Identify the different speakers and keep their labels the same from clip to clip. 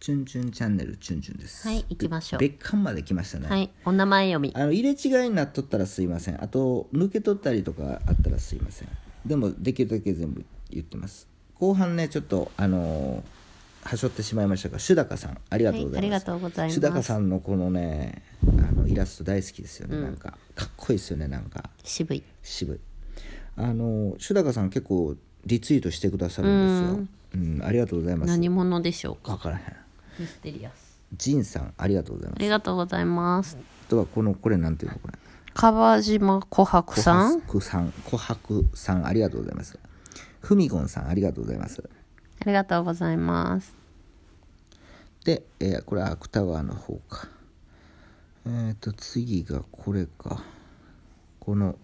Speaker 1: チュンチュンチャンネルチュンチュンです
Speaker 2: はい行きましょう
Speaker 1: べ別館まで来ましたね、
Speaker 2: はいお名前読み
Speaker 1: あの入れ違いになっとったらすいませんあと抜け取ったりとかあったらすいませんでもできるだけ全部言ってます後半ねちょっとあのーはしょってしまいましたがシュダカさんありがとうございます、
Speaker 2: はいありがとうございます
Speaker 1: シュダカさんのこのねあのイラスト大好きですよね、なんかかっこいいですよねなんか
Speaker 2: 渋い
Speaker 1: 渋いあのシュダカさん結構リツイートしてくださるんですようん、ありがとうございます
Speaker 2: 何者でしょうか
Speaker 1: 分からへん
Speaker 2: ミステリアス
Speaker 1: ジンさんありがとうございま
Speaker 2: あ
Speaker 1: す
Speaker 2: りがとうございます
Speaker 1: あとはこのこれなんていうのこれ
Speaker 2: 川島琥珀さんあ
Speaker 1: 琥珀さん琥珀さんありがとうございますふみごんさんありがとうございます
Speaker 2: りがとうございます
Speaker 1: で、えーこれは芥川の方かえっ、と次がこれかこの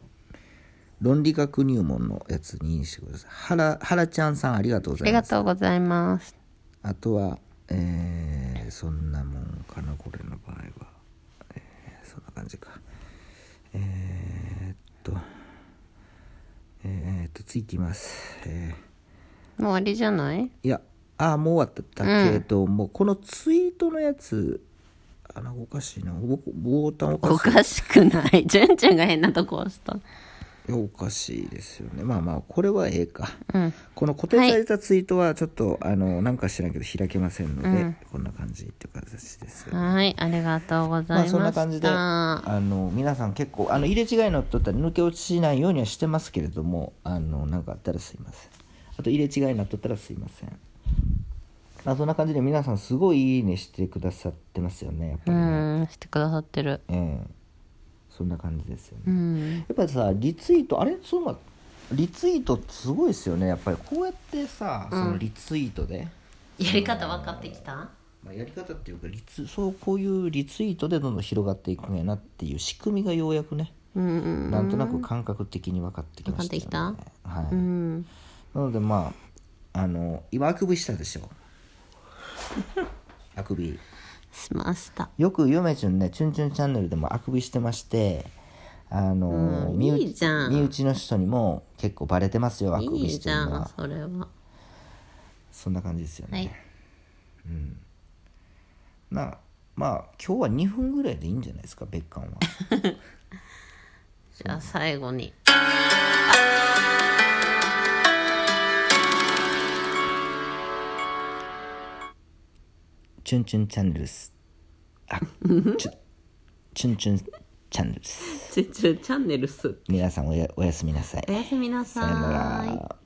Speaker 1: 論理学入門のやつにしてください原原ちゃんさんありがとうご
Speaker 2: あ
Speaker 1: ざい
Speaker 2: り
Speaker 1: ま
Speaker 2: が
Speaker 1: す
Speaker 2: とうございます
Speaker 1: あとは、えーそんなもんかな、これの場合は。えーそんな感じか。えーっと、えーっと、ついていきます。え
Speaker 2: もう終わりじゃない
Speaker 1: ーいや、ああ、もう終わったけど、もうこのツイートのやつ、あなんかおかしいな。僕ボタンお
Speaker 2: お
Speaker 1: かしい。
Speaker 2: かしくない じゅんちゃんが変なとこ押した
Speaker 1: いやおかしいですよね。まあまあ、これはええか。
Speaker 2: うん
Speaker 1: この固定されたツイートは、ちょっと、あの、なんか知らんけど開けませんので、こんな感じっていう形ですよね
Speaker 2: はいありがとうござい
Speaker 1: ま
Speaker 2: ま
Speaker 1: あ、
Speaker 2: した
Speaker 1: そんな感じであの皆さん結構あの入れ違いのとったら抜け落ちしないようにはしてますけれどもあのなんかあったらすいませんあと入れ違いになっとったらすいません、まあ、そんな感じで皆さんすごいいいねしてくださってますよねやっぱ
Speaker 2: う
Speaker 1: りね、
Speaker 2: んしてくださってる
Speaker 1: ええそんな感じですよね、
Speaker 2: うん
Speaker 1: やっぱりさリツイートあれそうだリツイートすごいですよねやっぱりこうやってさそのリツイートで、
Speaker 2: やり方分かってきた
Speaker 1: まあ、やり方っていうかリツそうこういうリツイートでどんどん広がっていくんやなっていう仕組みがようやくね
Speaker 2: うんうん
Speaker 1: なんとなく感覚的に分かってきましたよね、
Speaker 2: 分かって
Speaker 1: はい
Speaker 2: うん
Speaker 1: なのでまああの今あくびしたで しょあくび
Speaker 2: しました
Speaker 1: よくゆめちゅんね「チュンチュンチャンネル」でもあくびしてましてあの、
Speaker 2: うん
Speaker 1: 身内
Speaker 2: いいじゃん
Speaker 1: 身内の人にも結構バレてますよあく
Speaker 2: い
Speaker 1: び
Speaker 2: い
Speaker 1: して
Speaker 2: じ
Speaker 1: る
Speaker 2: ゃ
Speaker 1: の
Speaker 2: ん
Speaker 1: は
Speaker 2: それは
Speaker 1: そんな感じですよね、
Speaker 2: はい
Speaker 1: なあまあ今日は2分ぐらいでいいんじゃないですか別館は
Speaker 2: じゃあ最後に
Speaker 1: チュンチュンチャンネルです あチュチュンチュンチャンネルです
Speaker 2: ちゅちゅチャンネルす
Speaker 1: 皆さんおやおやすみなさい
Speaker 2: おやすみなさ
Speaker 1: さよなら
Speaker 2: ーい